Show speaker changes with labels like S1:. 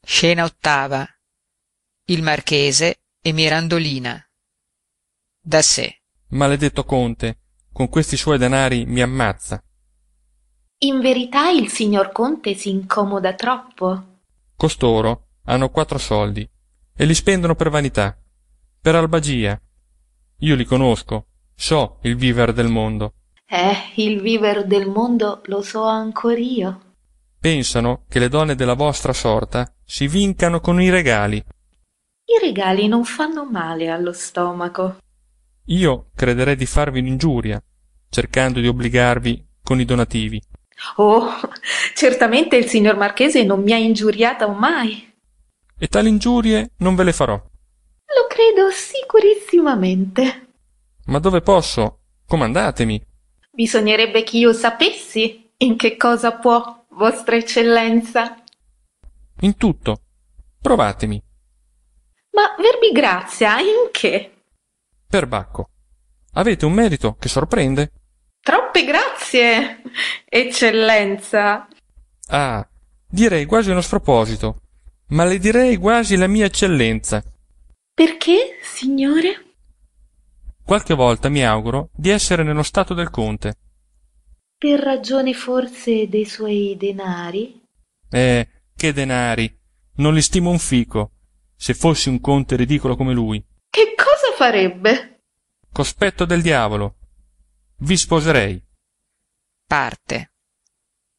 S1: scena ottava il marchese e mirandolina da sé
S2: maledetto conte con questi suoi denari mi ammazza
S3: in verità il signor conte s'incomoda troppo
S2: costoro hanno quattro soldi e li spendono per vanità per albagia io li conosco so il viver del mondo
S3: eh il viver del mondo lo so ancor io
S2: pensano che le donne della vostra sorta si vincano con i regali
S3: i regali non fanno male allo stomaco
S2: io crederei di farvi un'ingiuria cercando di obbligarvi con i donativi
S3: oh certamente il signor marchese non mi ha ingiuriata mai
S2: e tali ingiurie non ve le farò
S3: lo credo sicurissimamente
S2: ma dove posso comandatemi
S3: bisognerebbe ch'io sapessi in che cosa può vostra eccellenza
S2: in tutto provatemi
S3: ma verbigrazia in che
S2: perbacco avete un merito che sorprende
S3: troppe grazie eccellenza
S2: ah direi quasi uno sproposito ma le direi quasi la mia eccellenza
S3: perché signore
S2: qualche volta mi auguro di essere nello stato del conte
S3: per ragione forse dei suoi denari
S2: eh che denari non li stimo un fico se fossi un conte ridicolo come lui
S3: che cosa farebbe
S2: cospetto del diavolo vi sposerei
S1: parte